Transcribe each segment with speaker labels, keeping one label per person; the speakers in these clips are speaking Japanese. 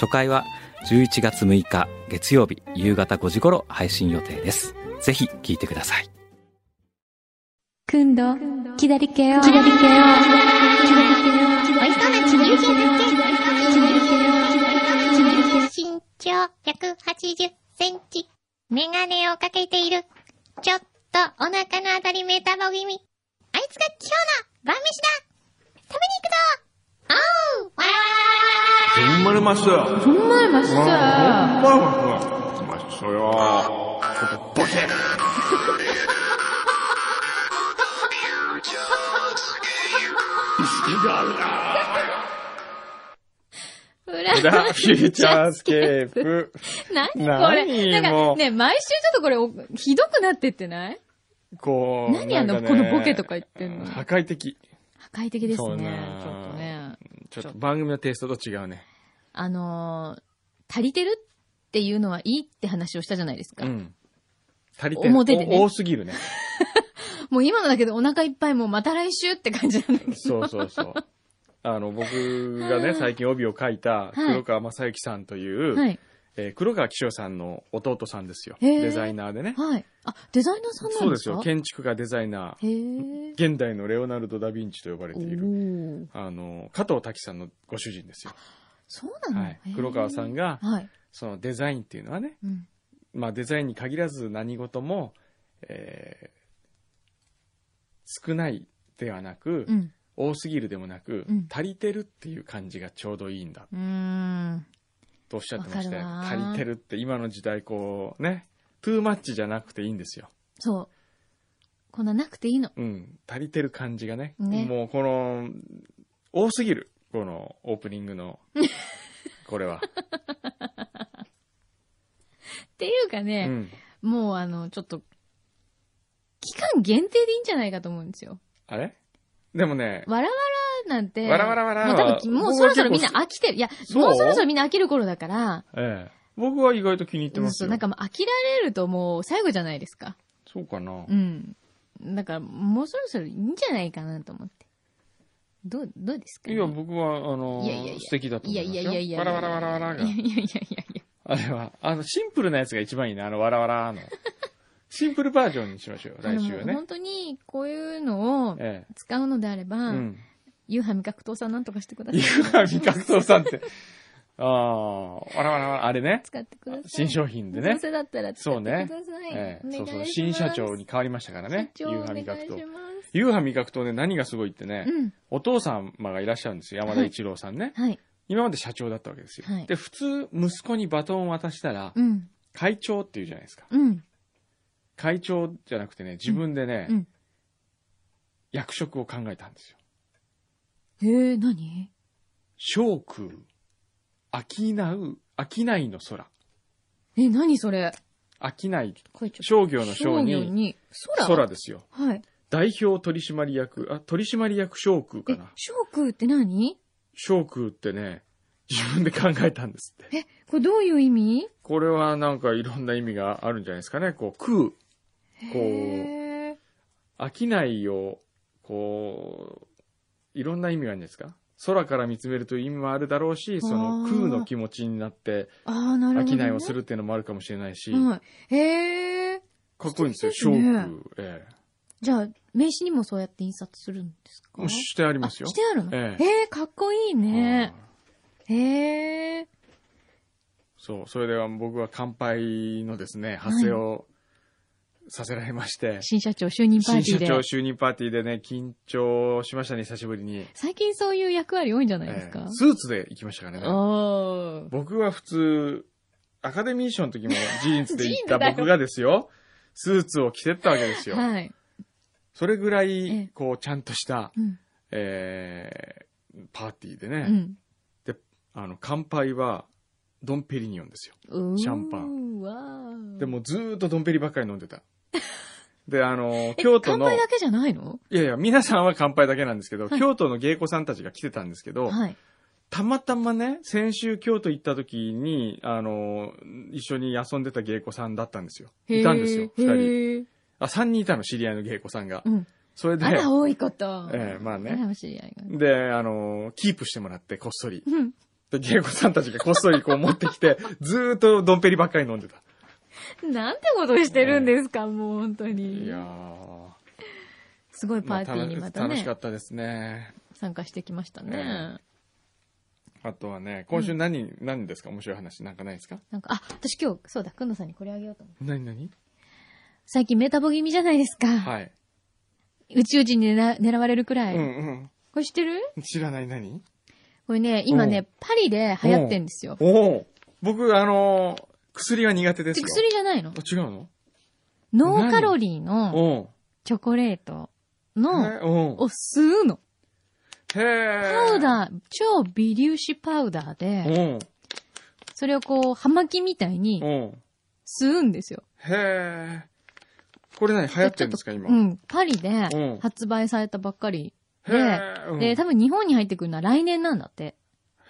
Speaker 1: 初回は11月6日月曜日夕方5時頃配信予定ですぜひ聞いてください
Speaker 2: 今度、左手を、左手を、左手を、左手を、
Speaker 3: おいしそうなちぎる系だっけ身長180センチ。メガネをかけている。ちょっとお腹のあたりメタボ気味。あいつが今日の晩飯だ食べに行くぞおうわー
Speaker 4: ほんまにまっすよ。ほんまにまっすよ。ほんまにまっすよ。まっすよ。ここボケ
Speaker 2: 裏
Speaker 4: ラフューチャースケープ。
Speaker 2: 何
Speaker 4: 何
Speaker 2: これ。なん
Speaker 4: も
Speaker 2: か
Speaker 4: う
Speaker 2: ね、毎週ちょっとこれお、ひどくなってってない
Speaker 4: こう。
Speaker 2: 何あ
Speaker 4: な
Speaker 2: の、
Speaker 4: ん
Speaker 2: こ
Speaker 4: ね
Speaker 2: のボケとか言ってんの
Speaker 4: 破
Speaker 2: 破
Speaker 4: 壊的。
Speaker 2: 壊的です
Speaker 4: そう
Speaker 2: ね。
Speaker 4: ね
Speaker 2: ちょっとね。
Speaker 4: ちょっと番組のテイストと違うね。
Speaker 2: あのー、足りてるっていうのはいいって話をしたじゃないですか。
Speaker 4: うん。足りてる
Speaker 2: 表でね
Speaker 4: お多すぎるね。
Speaker 2: もう今のだけでお腹いっぱいもうまた来週って感じなんだけど。
Speaker 4: そうそうそう。あの、僕がね、最近帯を書いた黒川正幸さんという、
Speaker 2: はい。
Speaker 4: えー黒川紀章さんの弟さんですよ。
Speaker 2: へー
Speaker 4: デザイナーでね。
Speaker 2: はい。あ、デザイナーさんな
Speaker 4: そ
Speaker 2: んで
Speaker 4: うですす
Speaker 2: か
Speaker 4: よ。建築家デザイナ
Speaker 2: へー
Speaker 4: ー。。現代のレオナルド・ダ・ヴィンチと呼ばれ
Speaker 2: お
Speaker 4: ている。
Speaker 2: ー
Speaker 4: あの、加藤滝さんのご主人ですよ。
Speaker 2: そうなの、
Speaker 4: はい。黒川さん
Speaker 2: が。
Speaker 4: が、
Speaker 2: はい。
Speaker 4: そのデザインっていうのはね、
Speaker 2: うん。
Speaker 4: まあデザインに限らず何事も、えー少ないではなく、
Speaker 2: うん。
Speaker 4: 多すぎるでもなく、
Speaker 2: うん
Speaker 4: 足りてるっていう感じがちょうどいいんだ
Speaker 2: うーん。
Speaker 4: とおっしゃってましたよ
Speaker 2: わかるわ
Speaker 4: 足りてるって今の時代こうね、トゥーマッチじゃなくていいんですよ。
Speaker 2: そう。こんななくていいの。
Speaker 4: うん。足りてる感じがね。
Speaker 2: ね
Speaker 4: もうこの、多すぎる。このオープニン グの、これは。
Speaker 2: っていうか
Speaker 4: う
Speaker 2: ね、
Speaker 4: ん。
Speaker 2: もうあの、ちょっと、期間限定でいいんじゃないかと思うんですよ。
Speaker 4: あれでもね、
Speaker 2: わらわらなんて。
Speaker 4: わらわらわらは
Speaker 2: もう多分き、もうそろそろみんな飽きてる。いや、
Speaker 4: そう
Speaker 2: もうそろそろみんな飽きる頃だから、
Speaker 4: ええ。僕は意外と気に入って
Speaker 2: そう
Speaker 4: ます
Speaker 2: そう、
Speaker 4: よ。
Speaker 2: なんかもう飽きられるともう最後じゃないですか。
Speaker 4: そうかな
Speaker 2: う。ん。だから、もうそろそろいいんじゃないかなと思って。どう、どうですか、
Speaker 4: いや、僕は、あの
Speaker 2: いやいやいや、
Speaker 4: 素敵だと
Speaker 2: い
Speaker 4: 思
Speaker 2: や
Speaker 4: いま
Speaker 2: いや
Speaker 4: すよ。
Speaker 2: いやいや。
Speaker 4: わらわらわらわらが
Speaker 2: いや。いやいやいやいや。
Speaker 4: あれは、あの、シンプルなやつが一番いいね。あの、わらわらの。シンプルバージョンにしましょう。来週は
Speaker 2: あの
Speaker 4: ね
Speaker 2: 本。当に、こういうのを
Speaker 4: え
Speaker 2: 使うのであれば、
Speaker 4: え。うん。
Speaker 2: 夕飯味覚糖さんなんとかしてください。
Speaker 4: いや、味覚糖さんって。ああ、わらわらわら、あれね。
Speaker 2: 使ってください。
Speaker 4: 新商品でね
Speaker 2: どう。せだったら使ってください。
Speaker 4: ええ、そう
Speaker 2: お
Speaker 4: そ
Speaker 2: 願
Speaker 4: う。
Speaker 2: いしま
Speaker 4: 新
Speaker 2: す
Speaker 4: 社長に変わりましたからね。
Speaker 2: 社
Speaker 4: 夕
Speaker 2: 長
Speaker 4: 飯味覚
Speaker 2: お
Speaker 4: 糖
Speaker 2: 願いし。ます
Speaker 4: 夕飯味覚糖ね、何がすごいってね、
Speaker 2: うん。
Speaker 4: お父様がいらっしゃるんですよ。山田一郎さんね。
Speaker 2: はい。
Speaker 4: 今まで社長だったわけですよ。
Speaker 2: はい
Speaker 4: で、普通、息子にバトンを渡したら、
Speaker 2: うん。
Speaker 4: 会長って言うじゃないですか。
Speaker 2: うん。
Speaker 4: 会長じゃなくてね、自分でね、
Speaker 2: うん
Speaker 4: 役職を考えたんですよ。
Speaker 2: へえ、何
Speaker 4: 商空、商う、商いの空。
Speaker 2: え、何それ
Speaker 4: 商い、
Speaker 2: これちょっ
Speaker 4: 商業
Speaker 2: と
Speaker 4: の商
Speaker 2: 商業
Speaker 4: に、
Speaker 2: に空
Speaker 4: 空ですよ。
Speaker 2: はい。
Speaker 4: 代表取締役、あ、取締役商空か
Speaker 2: え
Speaker 4: な、。
Speaker 2: 商空って何
Speaker 4: 商空ってね、自分で考えたんですって。
Speaker 2: え、これどういう意味
Speaker 4: これはなんかいろんな意味があるんじゃないですかね。こう、空、こう
Speaker 2: へー
Speaker 4: 商いを、こう、いろんな意味があるんですか空から見つめるという意味もあるだろうし、その
Speaker 2: あー
Speaker 4: 空の気持ちになって、
Speaker 2: ああ、なるほど、
Speaker 4: 商
Speaker 2: ね。
Speaker 4: いをするっていうのもあるかもしれないし、
Speaker 2: はい。へえ。
Speaker 4: かっこいいんですよ、
Speaker 2: 素
Speaker 4: 商
Speaker 2: 敵ですね
Speaker 4: 空。え
Speaker 2: じゃあ、名刺にもそうやって印刷するんです
Speaker 4: え
Speaker 2: か
Speaker 4: もうしてありますよ
Speaker 2: あし。てあるの
Speaker 4: ええ
Speaker 2: えーかっこいいね
Speaker 4: う。ん
Speaker 2: へえ。
Speaker 4: そう、それでは僕は乾杯のですね、発声をさせられまして、
Speaker 2: 新社長就任パー
Speaker 4: 新
Speaker 2: ティ
Speaker 4: 社
Speaker 2: ーで。
Speaker 4: 長就任パーティーでね、緊張しましたね、久しぶりに。
Speaker 2: 最近そういう役割多いんじゃないです
Speaker 4: え
Speaker 2: か
Speaker 4: え、スーツで行きましたからね。
Speaker 2: おー。
Speaker 4: 僕は普通、アカデミー賞の時もジーンズで 行っ
Speaker 2: ジーンズだ
Speaker 4: た
Speaker 2: よ
Speaker 4: 僕がですよ、スーツを着てったわけですよ。
Speaker 2: はい。
Speaker 4: それぐら
Speaker 2: ええ
Speaker 4: い、こう、ちゃんとした、
Speaker 2: うん。
Speaker 4: えー、パーティーで
Speaker 2: う
Speaker 4: ね、
Speaker 2: ん。
Speaker 4: あの、乾杯は、ドンペリニオンですよ。
Speaker 2: うーん
Speaker 4: シャンパ
Speaker 2: ン。わ
Speaker 4: で
Speaker 2: も、
Speaker 4: もうずーっとドンペリばっかり飲んで た。で、あの、京都の、
Speaker 2: 乾
Speaker 4: い
Speaker 2: 杯だけじゃないの
Speaker 4: やいや、皆さんは乾杯だけなんですけど、京都の芸妓さんたちが来てたんですけど、
Speaker 2: はい。
Speaker 4: たまたまね、先週京都行った時に、あの、一緒に遊んでた芸妓さんだったんですよ。いたんですよ、
Speaker 2: へー
Speaker 4: 二人。
Speaker 2: へー
Speaker 4: あ、三人いたの、知り合いの芸妓さんが。
Speaker 2: うん。
Speaker 4: それで、
Speaker 2: あら、多いこと。
Speaker 4: ええまあね
Speaker 2: 羨ましいやり
Speaker 4: で、あの、キープしてもらって、こっそり。
Speaker 2: 方うん。
Speaker 4: で、芸妓さんたちがこっそりこう持って きて、ずーっとドンペリばっかり飲んでた。
Speaker 2: なんてことしてるんですか、もう本当に。
Speaker 4: いやー。
Speaker 2: すごいパーティーにま
Speaker 4: まあ楽
Speaker 2: た
Speaker 4: 楽しか
Speaker 2: ね、
Speaker 4: ったですね。
Speaker 2: 参加してきました
Speaker 4: え
Speaker 2: ね。
Speaker 4: あとはね、今週何、何ですか面白い話なんかないですか
Speaker 2: なんか、あ、私今日、そうだ、くんのさんにこれあげようと思って。
Speaker 4: 何何
Speaker 2: 最近メタボ気味じゃないですか。
Speaker 4: はい。
Speaker 2: 宇宙人に狙狙われるくらい。
Speaker 4: うん
Speaker 2: これ知ってる
Speaker 4: うん。知らない何
Speaker 2: これね、今
Speaker 4: う
Speaker 2: ね、パリで流行ってんですよ。
Speaker 4: おお僕、あのー薬は苦手です
Speaker 2: で
Speaker 4: よ。
Speaker 2: 薬じゃないの
Speaker 4: あ違うの
Speaker 2: ノーカロリーの
Speaker 4: お
Speaker 2: チョコレート
Speaker 4: う
Speaker 2: の、
Speaker 4: へおう
Speaker 2: を吸うの。
Speaker 4: へえ。
Speaker 2: パウダー、超微粒子パウダーで、
Speaker 4: ー。
Speaker 2: それをこう、葉巻みたい
Speaker 4: おう
Speaker 2: に
Speaker 4: おう
Speaker 2: 吸うんですよ。
Speaker 4: へえ。これ何流行ってるんですか
Speaker 2: ちょっ
Speaker 4: 今。
Speaker 2: とうん。パリで
Speaker 4: うん
Speaker 2: 発売されたばっかり。
Speaker 4: へえ。うん
Speaker 2: で、多分日本に入ってくるのは来年なんだって。
Speaker 4: へ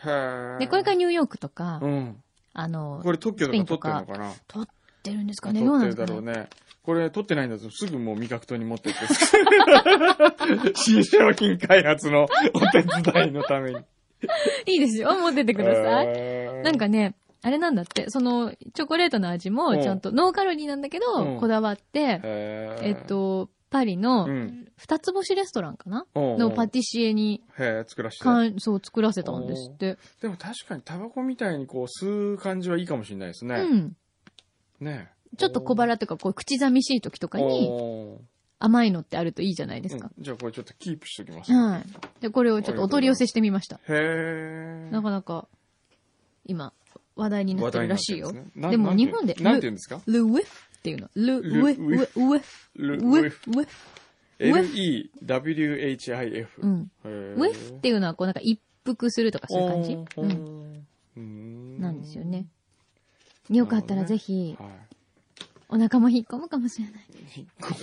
Speaker 4: え。
Speaker 2: で、これからニューヨークとか、
Speaker 4: うん。
Speaker 2: あの、
Speaker 4: これ特許
Speaker 2: ス
Speaker 4: と
Speaker 2: ペイン
Speaker 4: か
Speaker 2: とか
Speaker 4: 取ってるのかな
Speaker 2: 撮ってるんですか
Speaker 4: 取
Speaker 2: ねどう
Speaker 4: っ
Speaker 2: な
Speaker 4: て
Speaker 2: んで
Speaker 4: る
Speaker 2: すか
Speaker 4: だろ
Speaker 2: ね
Speaker 4: うね。これ取ってないんだとすぐもう味覚糖に持ってって。新商品開発のお手伝いのために。
Speaker 2: いいですよ。持ってってください。
Speaker 4: い
Speaker 2: なん、かね、あれなんだって、その、チョコレートの味
Speaker 4: う
Speaker 2: も
Speaker 4: ん
Speaker 2: ちゃんと、ノーカロリーなんだけ
Speaker 4: うん
Speaker 2: ど、こだわって、
Speaker 4: へー
Speaker 2: えっ、と、パリの
Speaker 4: うん、
Speaker 2: 二つ星レストランかな
Speaker 4: の
Speaker 2: のパティシエに、
Speaker 4: へえ、作らして。
Speaker 2: かん、そう、作らせたんですって。
Speaker 4: でも確かにタバコみたいにこう吸う感じはいいかもしれないです
Speaker 2: う
Speaker 4: ね。
Speaker 2: ん。
Speaker 4: ね
Speaker 2: ちょっと小腹とか、こう、口寂しい時とかに、
Speaker 4: おー
Speaker 2: 甘いのってあるといいじゃないですか。
Speaker 4: うんじゃあこれちょっとキープしときます。へ
Speaker 2: はい。で、これをちょっとお取り寄せしてみました。
Speaker 4: え。
Speaker 2: なかなか、今、話題になってるらしいよ
Speaker 4: 話題になってるんですね。な
Speaker 2: でも
Speaker 4: なんて
Speaker 2: 日本で、
Speaker 4: なんて言うんですか
Speaker 2: ルウェフっていうの。ル
Speaker 4: ル
Speaker 2: ウェフ、
Speaker 4: ウ
Speaker 2: ウ
Speaker 4: ェ
Speaker 2: ェフ、ウェフ、
Speaker 4: ル
Speaker 2: ウ
Speaker 4: ウ
Speaker 2: ェ
Speaker 4: ェ
Speaker 2: フ、ウェフ。
Speaker 4: L-E-W-H-I-F。
Speaker 2: うん。
Speaker 4: へー
Speaker 2: ウェフっていうのは、こうなんか一服するとかそういう感じ
Speaker 4: おー
Speaker 2: うん。
Speaker 4: うーん
Speaker 2: なんですよね。よかったらぜひ、
Speaker 4: は
Speaker 2: お腹も引っ込むかもしれない。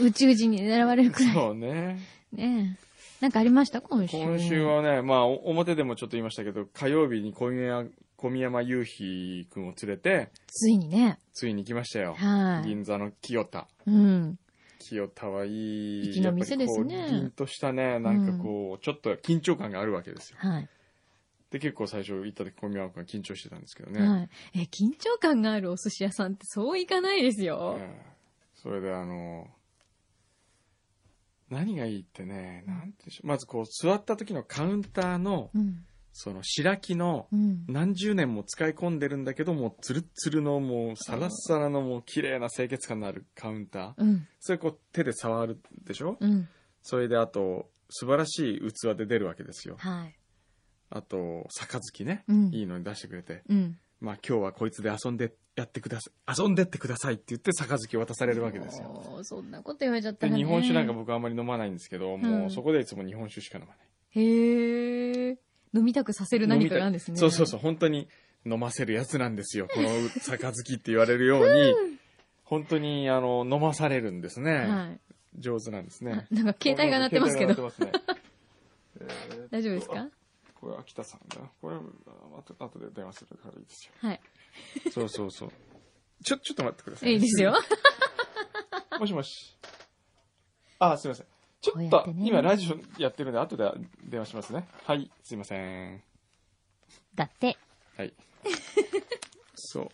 Speaker 2: 宇宙人に狙われるく
Speaker 4: い。
Speaker 2: らい。
Speaker 4: そうね。
Speaker 2: ねえ。なんかありました今週。
Speaker 4: 今週。はね、まあ、お表でもちょっと言いましたけど、火曜日に小宮山小宮山雄飛くんを連れて、
Speaker 2: ついにね。
Speaker 4: ついに来ましたよ。
Speaker 2: はい。
Speaker 4: 銀座の清田。
Speaker 2: うん。
Speaker 4: 清田はいい。
Speaker 2: 粋な店ですね
Speaker 4: やっぱりこう凛としたね、なんかこう、ちょっと緊張感があるわけですよ。
Speaker 2: はい。で
Speaker 4: で、結構最初行った時小宮山くんは緊張してたんですけどね。
Speaker 2: はい。え、緊張感があるお寿司屋さんってそういかないですよ。
Speaker 4: ええそれであの、何がいいってね、なんていうんでしょう。まずこう、座った時のカウンターの、
Speaker 2: うん。
Speaker 4: その白木の、
Speaker 2: うん。
Speaker 4: 何十年も使い込んでるんだけど、もうツルッツルの、もうサラッサラの、もう綺麗な清潔感のあるカウンター。
Speaker 2: うん。
Speaker 4: それこう手で触るでしょ
Speaker 2: うん。
Speaker 4: それであと、素晴らしい器で出るわけですよ。
Speaker 2: はい。
Speaker 4: あと、杯ね。
Speaker 2: うん
Speaker 4: いいのに出してくれて。
Speaker 2: うん。
Speaker 4: まあ今日はこいつで遊んでやってください。遊んでってくださいって言って杯を渡されるわけですよ。
Speaker 2: おーそんなこと言われちゃった
Speaker 4: で
Speaker 2: らね。
Speaker 4: 日本酒なんか僕あんまり飲まないんですけど、もうそこでいつも日本酒しか飲まない。
Speaker 2: へえ。飲みたくさせる何かなんですね。
Speaker 4: そうそうそう、本当に飲ませるやつなんですよ。この杯って言われるように、本当にあの、飲まされるんですね。
Speaker 2: はい。
Speaker 4: 上手なんですね
Speaker 2: あ。なんか携帯が鳴ってますけ
Speaker 4: 携
Speaker 2: ど、
Speaker 4: 帯が鳴ってますね
Speaker 2: 大丈夫ですか
Speaker 4: これ秋田さんだな。これ、あと後で電話するからいいですよ。
Speaker 2: はい。
Speaker 4: そうそうそう。ちょ、ちょっと待ってください。
Speaker 2: いいですよ。。
Speaker 4: もしもし。あ、すいません。ちょっ
Speaker 2: こうやっ
Speaker 4: と、
Speaker 2: てね
Speaker 4: 今ラジオやってるんで、後で電話しますね。はい、すいません。
Speaker 3: だって。
Speaker 4: はい。そう。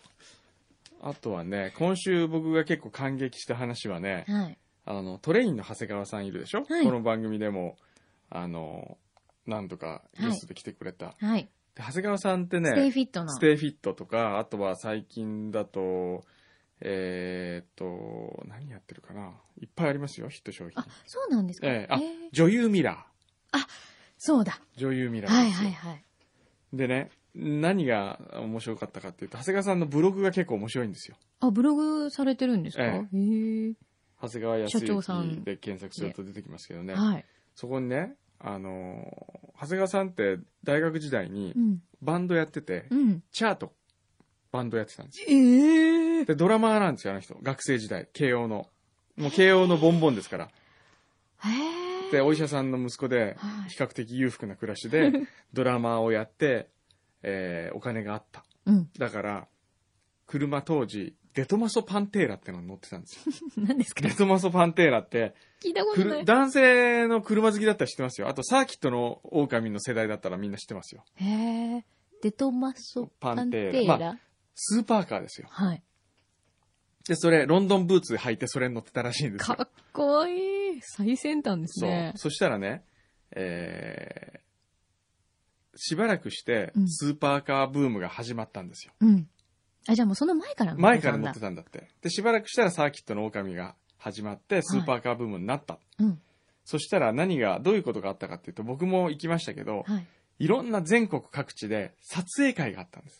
Speaker 4: あとはね、今週僕が結構感激した話はね、
Speaker 2: はい。
Speaker 4: あの、トレインの長谷川さんいるでしょ、
Speaker 2: はい
Speaker 4: この番組でも、あの、なんとかゲストで来てくれた。
Speaker 2: はい。
Speaker 4: で長谷川さんってね、
Speaker 2: ステイフィットの。
Speaker 4: ステイフィットとか、あとは最近だと、えーっと、何やってるかな。いっぱいありますよ、ヒット商品
Speaker 2: あ。、そうなんですか
Speaker 4: ええあ
Speaker 2: へー、
Speaker 4: 女優ミラ
Speaker 2: そうだ。
Speaker 4: ー。女優ミラーですよ
Speaker 2: はいはいはい。
Speaker 4: でね、何が面白かったかっていうと、長谷川さんのブログが結構面白いんですよ。
Speaker 2: あ、ブログされてるんですかへ
Speaker 4: え
Speaker 2: え。
Speaker 4: 長谷川
Speaker 2: 社長さ
Speaker 4: 康之
Speaker 2: ん
Speaker 4: で検索すると出てきますけどね。
Speaker 2: はい。
Speaker 4: そこにね、あのー長谷川さんって大学時代に
Speaker 2: うん。
Speaker 4: バンドやってて、
Speaker 2: うん。
Speaker 4: チャート、バンドやってたんですよ。
Speaker 2: ええ
Speaker 4: で、ドラマーなんですよ、あの人。学生時代、慶応の。もう慶応のボンボンですから。
Speaker 2: え
Speaker 4: で、お医者さんの息子で、
Speaker 2: はい。
Speaker 4: 比較的裕福な暮ら しで、ドラマーをやって、えーお金があった。
Speaker 2: うん。
Speaker 4: だから、車当時、デトマソパンテーラってのに乗ってたん ですよ。
Speaker 2: 何ですか
Speaker 4: デトマソパンテーラって、
Speaker 2: 聞いたこ
Speaker 4: く
Speaker 2: とな
Speaker 4: る
Speaker 2: い。
Speaker 4: 男性の車好きだったら知ってますよ。あと、サーキットの狼の世代だったらみんな知ってますよ。
Speaker 2: へえデトマソパンテ
Speaker 4: パンテ
Speaker 2: ー
Speaker 4: ー
Speaker 2: ラ。
Speaker 4: ラスーパーカーですよ。
Speaker 2: はい。
Speaker 4: で、それ、ロンドンブーツ履いてそれに乗ってたらしいんです
Speaker 2: か
Speaker 4: よ。
Speaker 2: っこいい。最先端です
Speaker 4: そう
Speaker 2: ね。。
Speaker 4: そしたらね、えー、しばらくして
Speaker 2: う、ん
Speaker 4: スーパーカーブームが始まったんですよ。
Speaker 2: うん。あ、じゃあもうその前から乗っ
Speaker 4: 前
Speaker 2: て
Speaker 4: か
Speaker 2: た
Speaker 4: ら
Speaker 2: ん
Speaker 4: 乗
Speaker 2: だ
Speaker 4: って。たんだって。で、しばらくしたらサーキットの狼が始まって、スーパーカーブームになった。
Speaker 2: うん。
Speaker 4: そしたら何が、どういうことがあったかっていうと、僕も行きましたけど、
Speaker 2: はい。
Speaker 4: いろんな全国各地で撮影会があったんです。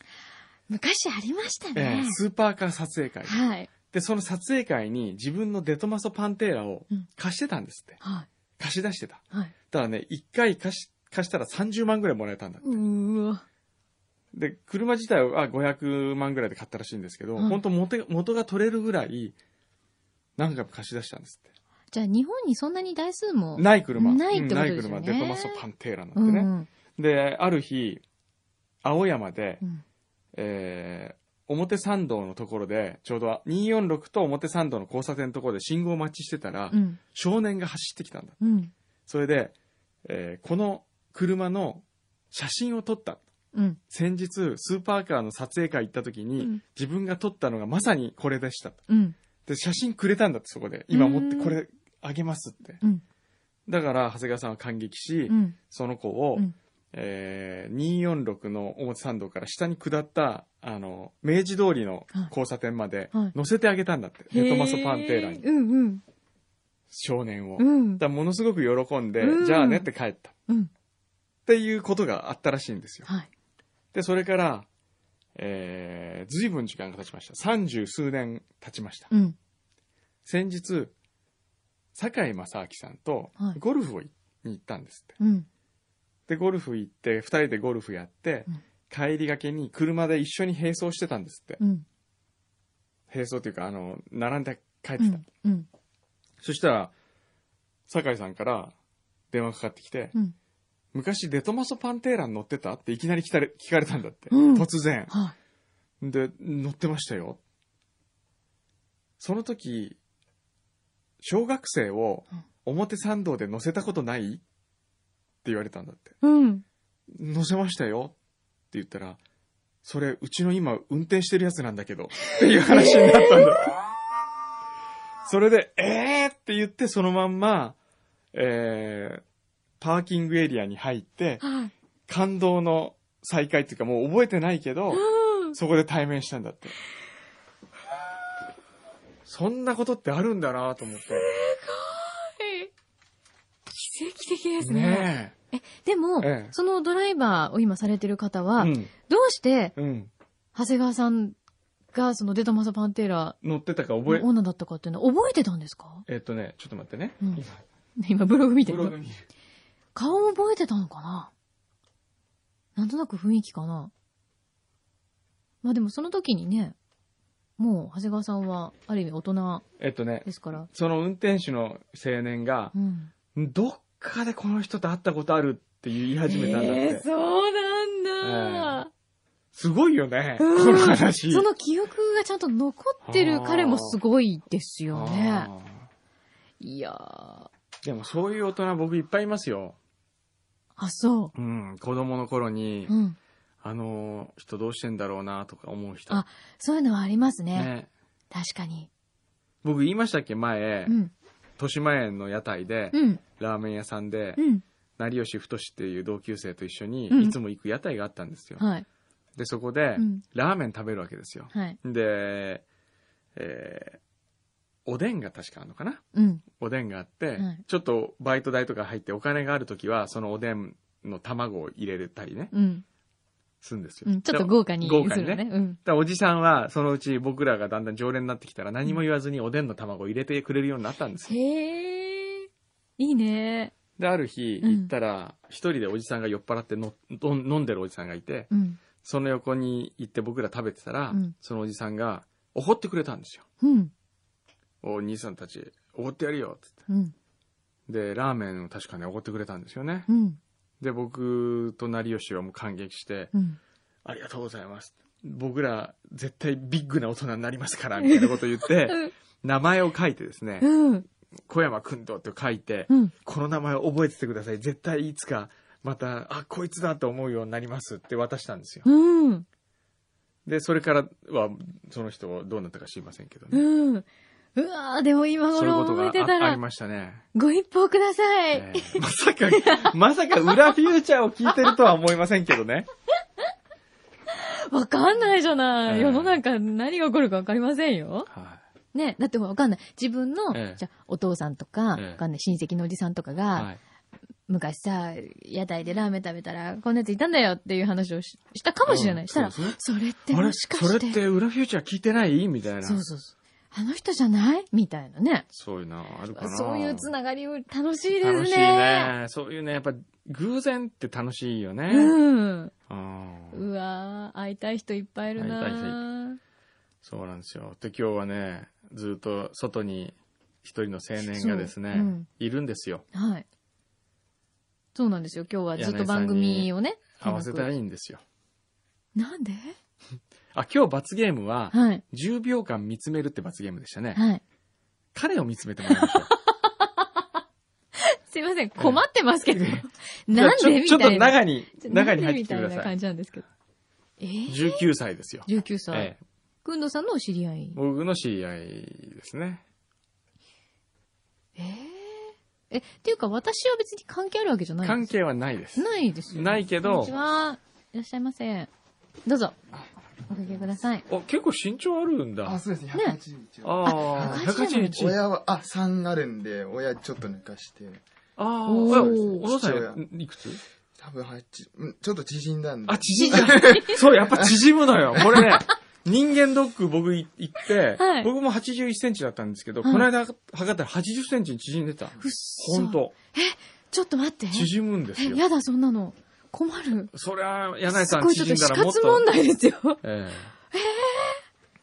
Speaker 2: 昔ありました
Speaker 4: え
Speaker 2: ね
Speaker 4: え。スーパーカー撮影会。
Speaker 2: はい。
Speaker 4: で、その撮影会に自分のデトマソパンテーラを
Speaker 2: うん
Speaker 4: 貸してたんですって。
Speaker 2: は
Speaker 4: 貸し出してた。
Speaker 2: い。はい。
Speaker 4: ただね、一回貸し、貸したら30万ぐらいもらえたんだ。
Speaker 2: うーわ。
Speaker 4: で、車自体は500万ぐらいで買ったらしいんですけど、
Speaker 2: はい
Speaker 4: 本当元元が取れるぐらい何回も貸し出したんですって。
Speaker 2: じゃあ日本にそんなに台数も。
Speaker 4: ない車。
Speaker 2: ないってこと
Speaker 4: うん
Speaker 2: ですよね
Speaker 4: ない車。デトマソパンテーラなんて
Speaker 2: う
Speaker 4: ね。
Speaker 2: んうん。
Speaker 4: で、ある日、青山で、
Speaker 2: うん
Speaker 4: えー表参道のところで、ちょうど246と表参道の交差点のところで信号待ちしてたら、
Speaker 2: うん。
Speaker 4: 少年が走ってきたんだ。
Speaker 2: うん。
Speaker 4: それで、えーこの車の写真を撮った。
Speaker 2: うん。
Speaker 4: 先日、スーパーカーの撮影会行った時に、
Speaker 2: うん
Speaker 4: 自分が撮ったのがまさにこれでした。
Speaker 2: うん。
Speaker 4: で、写真くれたんだって、そこで。今持って
Speaker 2: うん
Speaker 4: これあげますって。
Speaker 2: うん
Speaker 4: だから、長谷川さんは感激し、
Speaker 2: うん。
Speaker 4: その子を、
Speaker 2: うん
Speaker 4: えー246の表参道から下に下った、あの、明治通りの交差点まで
Speaker 2: はいはい
Speaker 4: 乗せてあげたんだって。
Speaker 2: へ
Speaker 4: デトマソ・パンテーラに、
Speaker 2: うんうん。
Speaker 4: 少年を。
Speaker 2: う
Speaker 4: だか
Speaker 2: ん。
Speaker 4: らものすごく喜んで、
Speaker 2: うん
Speaker 4: じゃあねって帰った。っ
Speaker 2: うん。
Speaker 4: ていうことがあったらしいんですよ。
Speaker 2: はい。
Speaker 4: で、それから、えー、随分時間が経ちました。三十数年経ちました。
Speaker 2: うん。
Speaker 4: 先日、堺正明さんと
Speaker 2: はい
Speaker 4: ゴルフをいに行ったんですって。
Speaker 2: うん。
Speaker 4: で、ゴルフ行って、二人でゴルフやって、
Speaker 2: うん
Speaker 4: 帰りがけに車で一緒に並走してたんですって。
Speaker 2: うん。
Speaker 4: 並走っていうか、あの、並んで帰って
Speaker 2: う
Speaker 4: た。
Speaker 2: ん。うん。
Speaker 4: そしたら、酒井さんから電話かかってきて、
Speaker 2: うん
Speaker 4: 昔デトマソパンテーラに乗ってたっていきなり聞かれ聞かれたんだって。
Speaker 2: うん
Speaker 4: 突然。
Speaker 2: は
Speaker 4: で、乗ってましたよ。その時、小学生を表参道で乗せたことないって言われたんだって。
Speaker 2: い。うん。
Speaker 4: 乗せましたよって言ったら、それ、うちの今、運転してるやつなんだけど、っていう話になったんだ。それで、えーって言って、そのまんま、えー、パーキングエリアに入って、
Speaker 2: はい。
Speaker 4: 感動の再会っていうか、もう覚えてないけど、
Speaker 2: うん。
Speaker 4: そこで対面したんだって。そんなことってあるんだなと思って。
Speaker 2: 奇跡的ですね。
Speaker 4: ね
Speaker 2: でも
Speaker 4: ええ、
Speaker 2: そのドライバーを今されてる方
Speaker 4: え。
Speaker 2: は
Speaker 4: う、ん。
Speaker 2: どうして、
Speaker 4: うん。
Speaker 2: 長谷川さんが、そのデトマサパンテーラ
Speaker 4: 乗ってたか
Speaker 2: のオ
Speaker 4: 覚え、
Speaker 2: ーナーだったかっていうのは覚えてたんですか
Speaker 4: えっとね、ちょっと待ってね。
Speaker 2: うん今ブログ見て
Speaker 4: ブロ
Speaker 2: る
Speaker 4: グ。に。
Speaker 2: 顔も覚えてたのかななんとなく雰囲気かなまあでもその時にね、もう長谷川さんはある意味大人
Speaker 4: えっとね、
Speaker 2: ですから。
Speaker 4: その運転手の青年が
Speaker 2: う、ん。
Speaker 4: どっかでこの人と会ったことあるって言い始めたんだって。
Speaker 2: えーそうなんだ、
Speaker 4: すごいよね、
Speaker 2: うん
Speaker 4: この話。
Speaker 2: その記憶がちゃんと残ってる彼もすごいですよね。
Speaker 4: あ
Speaker 2: いやー。あ、
Speaker 4: ーでもそういう大人僕いっぱいいますよ。
Speaker 2: そ
Speaker 4: うん、子供の頃に
Speaker 2: う。、うん。
Speaker 4: あの人どうしてんだろうなとか思う人。
Speaker 2: あそういうのはありますね。
Speaker 4: ね。
Speaker 2: 確かに。
Speaker 4: 僕言いましたっけ前、
Speaker 2: うん。
Speaker 4: 豊島園の屋台で、
Speaker 2: うん。
Speaker 4: ラーメン屋さんで
Speaker 2: う、ん。
Speaker 4: 成吉太っていう同級生と一緒に、
Speaker 2: うん
Speaker 4: いつも行く屋台があったんですよ。
Speaker 2: はい。
Speaker 4: で、そこで
Speaker 2: うん、
Speaker 4: ラーメン食べるわけですよ。
Speaker 2: はい。
Speaker 4: で、えーおでんが確かあるのかな
Speaker 2: うん。
Speaker 4: おでんがあって、
Speaker 2: はい
Speaker 4: ちょっとバイト代とか入ってお金があるときは、そのおでんの卵を入れたりね、
Speaker 2: うん。
Speaker 4: するんですよ。
Speaker 2: うん。ちょっと
Speaker 4: で
Speaker 2: 豪華に
Speaker 4: 豪華
Speaker 2: す
Speaker 4: に
Speaker 2: るのね。
Speaker 4: ね。だか
Speaker 2: うん。
Speaker 4: らおじさんは、そのうち僕らがだんだん常連になってきたら何も言わずにおでんの卵を入れてくれるようになったんですよ。
Speaker 2: へえ。いいね。
Speaker 4: で、ある日
Speaker 2: うん
Speaker 4: 行ったら、一人でおじさんが酔っ払ってのどん飲んでるおじさんがいて、
Speaker 2: うん。
Speaker 4: その横に行って僕ら食べてたら、
Speaker 2: うん
Speaker 4: そのおじさんが、おごってくれたんですよ。
Speaker 2: うん。
Speaker 4: お兄さんたち、おごってやるよ、つって。
Speaker 2: うん。
Speaker 4: で、ラーメンを確かね、おごってくれたんですよね
Speaker 2: う。ん。で
Speaker 4: で、僕と成吉はもう感激して、
Speaker 2: うん。
Speaker 4: ありがとうございます。僕ら、絶対ビッグな大人になりますから、みたいなこと言って、 名前を書いてですね、
Speaker 2: うん。
Speaker 4: 小山くんとって書いて、
Speaker 2: うん。
Speaker 4: この名前を覚えててください。絶対いつか、また、あ、こいつだと思うようになりますって渡したんですよ。
Speaker 2: うん。
Speaker 4: で、それからは、その人どうなったか知りませんけどね。
Speaker 2: うん。うわーでも今
Speaker 4: そういう
Speaker 2: 頃
Speaker 4: こ
Speaker 2: 覚
Speaker 4: とが
Speaker 2: えてた
Speaker 4: ああり
Speaker 2: ら、
Speaker 4: ましたね。
Speaker 2: ご一報ください。
Speaker 4: ええ まさか、まさか裏フューチャーを聞いてるとは思いませんけどね。
Speaker 2: わかんないじゃない。
Speaker 4: ええ
Speaker 2: 世の中何が起こるかわかりませんよ。
Speaker 4: は
Speaker 2: ね、だってわかんない。自分の、
Speaker 4: ええ
Speaker 2: じゃあお父さんとか、わ
Speaker 4: ええ
Speaker 2: かんない親戚のおじさんとかが、
Speaker 4: い。はい。
Speaker 2: 昔さ、屋台でラーメン食べたら、こんなやついたんだよっていう話をししたかもしれない。
Speaker 4: うん
Speaker 2: したら、
Speaker 4: そうです
Speaker 2: それって
Speaker 4: あれ
Speaker 2: もしかして。
Speaker 4: それって裏フューチャー聞いてないみたいな。
Speaker 2: そうそうそう。あの人じゃないみたいなね。
Speaker 4: そういうのあるかな。
Speaker 2: そういうつながり楽しいですね。
Speaker 4: 楽しいね。そういうね、やっぱ、偶然って楽しいよね。
Speaker 2: うん。
Speaker 4: うん
Speaker 2: うわー会いたい人いっぱいいるな
Speaker 4: 会いたい
Speaker 2: ー
Speaker 4: そうなんですよ。で、今日はね、ずっと外に一人の青年がですね、
Speaker 2: そううん
Speaker 4: いるんですよ。
Speaker 2: はい。そうなんですよ。今日はずっと番組をね。
Speaker 4: 合わせた
Speaker 2: い。
Speaker 4: いんですよ。
Speaker 2: なんで
Speaker 4: あ、今日罰ゲームは、
Speaker 2: はい。
Speaker 4: 10秒間見つめるって罰ゲームでしたね。
Speaker 2: はい。
Speaker 4: 彼を見つめてもらいましょう。
Speaker 2: すいません。困ってますけど
Speaker 4: え。
Speaker 2: なん
Speaker 4: ちょ
Speaker 2: でみ
Speaker 4: ちょったと
Speaker 2: いな。
Speaker 4: 中に、
Speaker 2: ちょ
Speaker 4: 中に
Speaker 2: なんで
Speaker 4: 入ってき
Speaker 2: み
Speaker 4: て
Speaker 2: た
Speaker 4: く
Speaker 2: い
Speaker 4: だ
Speaker 2: な
Speaker 4: さ
Speaker 2: 感
Speaker 4: い。
Speaker 2: じなんですけど。えー、
Speaker 4: 19歳ですよ。
Speaker 2: 19歳
Speaker 4: え。え
Speaker 2: くんどさんのお知り合い。
Speaker 4: 僕の知り合いですね。
Speaker 2: えー、え、っていうか私は別に関係あるわけじゃないん
Speaker 4: 関
Speaker 2: です
Speaker 4: 係はないです。
Speaker 2: ないですよね。
Speaker 4: ないけど
Speaker 2: こんにちは。いらっしゃいませ。どうぞ。おかけください。
Speaker 4: あ、結構身長あるんだ。
Speaker 5: あ、そうですね、
Speaker 2: ね
Speaker 5: 181は。
Speaker 4: ああ、
Speaker 2: 181
Speaker 4: 181。
Speaker 5: 親は、あ、3あるんで、親ちょっと抜かして、
Speaker 4: ああ、
Speaker 2: おー
Speaker 4: お父さんいくつ
Speaker 5: 多分8、うん、ちょっと縮んだんで。
Speaker 4: あ、縮んだ。そう、やっぱ縮む のよ。これね、人間ドック僕い行って、
Speaker 2: はい
Speaker 4: 僕も81センチだったんですけど、
Speaker 2: はい
Speaker 4: この間測ったら80センチに縮んでた。
Speaker 2: うっそ
Speaker 4: 本当
Speaker 2: ちょっと待って。
Speaker 4: 縮むんです
Speaker 2: え、
Speaker 4: よ。
Speaker 2: やだ、そんなの。困る。
Speaker 4: そりゃ、柳井
Speaker 2: す
Speaker 4: さん
Speaker 2: ごい、ちょっと
Speaker 4: 縮ん
Speaker 2: 死
Speaker 4: だらもっ
Speaker 2: 活
Speaker 4: と
Speaker 2: 問。題ですよ。
Speaker 4: え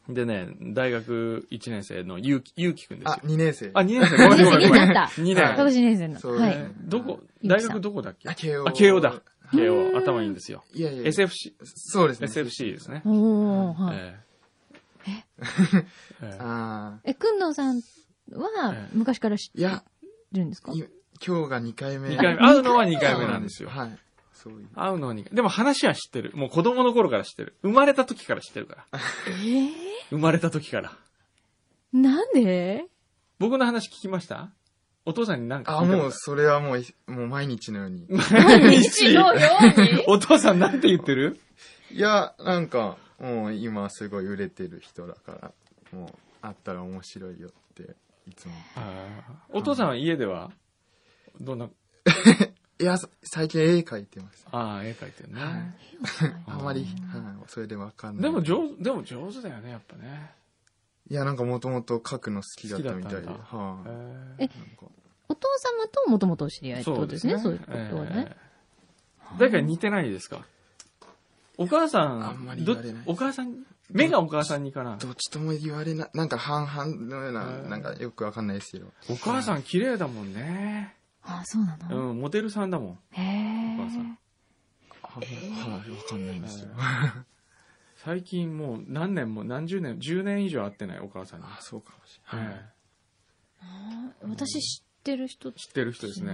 Speaker 4: えでね、大学1年生のゆうき、ゆうきくんです
Speaker 5: あ
Speaker 4: よ、。
Speaker 5: 2年生。
Speaker 4: あ、2年生、 ごめんごめんごめん。
Speaker 2: 二年生になった
Speaker 4: 2
Speaker 5: は
Speaker 2: 高
Speaker 4: 年。
Speaker 2: 橋先生の。
Speaker 5: そう
Speaker 2: は
Speaker 5: です
Speaker 2: い。
Speaker 5: ね。
Speaker 4: ど
Speaker 2: ゆうき
Speaker 4: こ、
Speaker 2: さん
Speaker 4: 大学どこだっけ
Speaker 5: あ、慶応。
Speaker 4: あ慶応だ。
Speaker 5: はい
Speaker 4: 慶応、頭いいんですよ。
Speaker 5: いやいや。。
Speaker 4: SFC、
Speaker 5: そうですね。
Speaker 4: SFC ですね。
Speaker 2: おー、はい。
Speaker 4: ええええ
Speaker 5: あ
Speaker 2: え、くんどうさんは
Speaker 4: え、え
Speaker 2: 昔から知っ
Speaker 5: ーいや、
Speaker 2: てるんですか
Speaker 5: い今日が2回目。
Speaker 4: 二回目。会うのは2回目なんですよ。
Speaker 5: はい。そういう。
Speaker 4: 会うのは2回。でも話は知ってる。もう子供の頃から知ってる。生まれた時から知ってるから。
Speaker 2: えー、
Speaker 4: 生まれた時から。
Speaker 2: なんで
Speaker 4: 僕の話聞きましたお父さんになんか
Speaker 5: あ、
Speaker 4: 聞いた
Speaker 5: もう、それはもう、もう毎日のよう に。
Speaker 4: 毎
Speaker 2: 一
Speaker 4: 日
Speaker 2: のよう に
Speaker 4: お父さんなんて言ってる
Speaker 5: いや、なんか、もう今すごい売れてる人だから、もう、あったら面白いよって、いつも。
Speaker 4: お父さんは家ではどんな、
Speaker 5: いや、最近絵描いてます。
Speaker 4: ああ、絵描いてるね。
Speaker 5: はいあまり、はい、それでわかんない。
Speaker 4: でも上手、でも上手だよね、やっぱね。
Speaker 5: いや、なんかもともと書くの好きだったみたい
Speaker 4: 好き
Speaker 5: で。
Speaker 4: だった
Speaker 5: はい、
Speaker 4: え
Speaker 5: なんか
Speaker 2: お父様ともともとお知り合いってことですね、そういうことはね。。
Speaker 4: だから似てないですかお母さん、
Speaker 5: あんまり言われない
Speaker 4: どお母さん、目がお母さんにかな。
Speaker 5: どっちとも言われない、なんか半々のような、
Speaker 4: うん
Speaker 5: なんかよくわかんないですけど。
Speaker 4: お母さん綺麗だもんね。
Speaker 2: あ、そうな
Speaker 4: う
Speaker 2: の
Speaker 4: ん、モデルさんだもん。
Speaker 2: へ
Speaker 4: お母さ
Speaker 2: え
Speaker 4: ん。
Speaker 5: はい、わかんないんですよ。
Speaker 4: 最近もう何年も何十年、10年以上会ってないお母さんに。
Speaker 5: あ、そうかもしれない。
Speaker 4: え
Speaker 2: 私知ってる人、
Speaker 4: え
Speaker 2: 知
Speaker 4: 知ってる人です
Speaker 2: っ
Speaker 4: ね。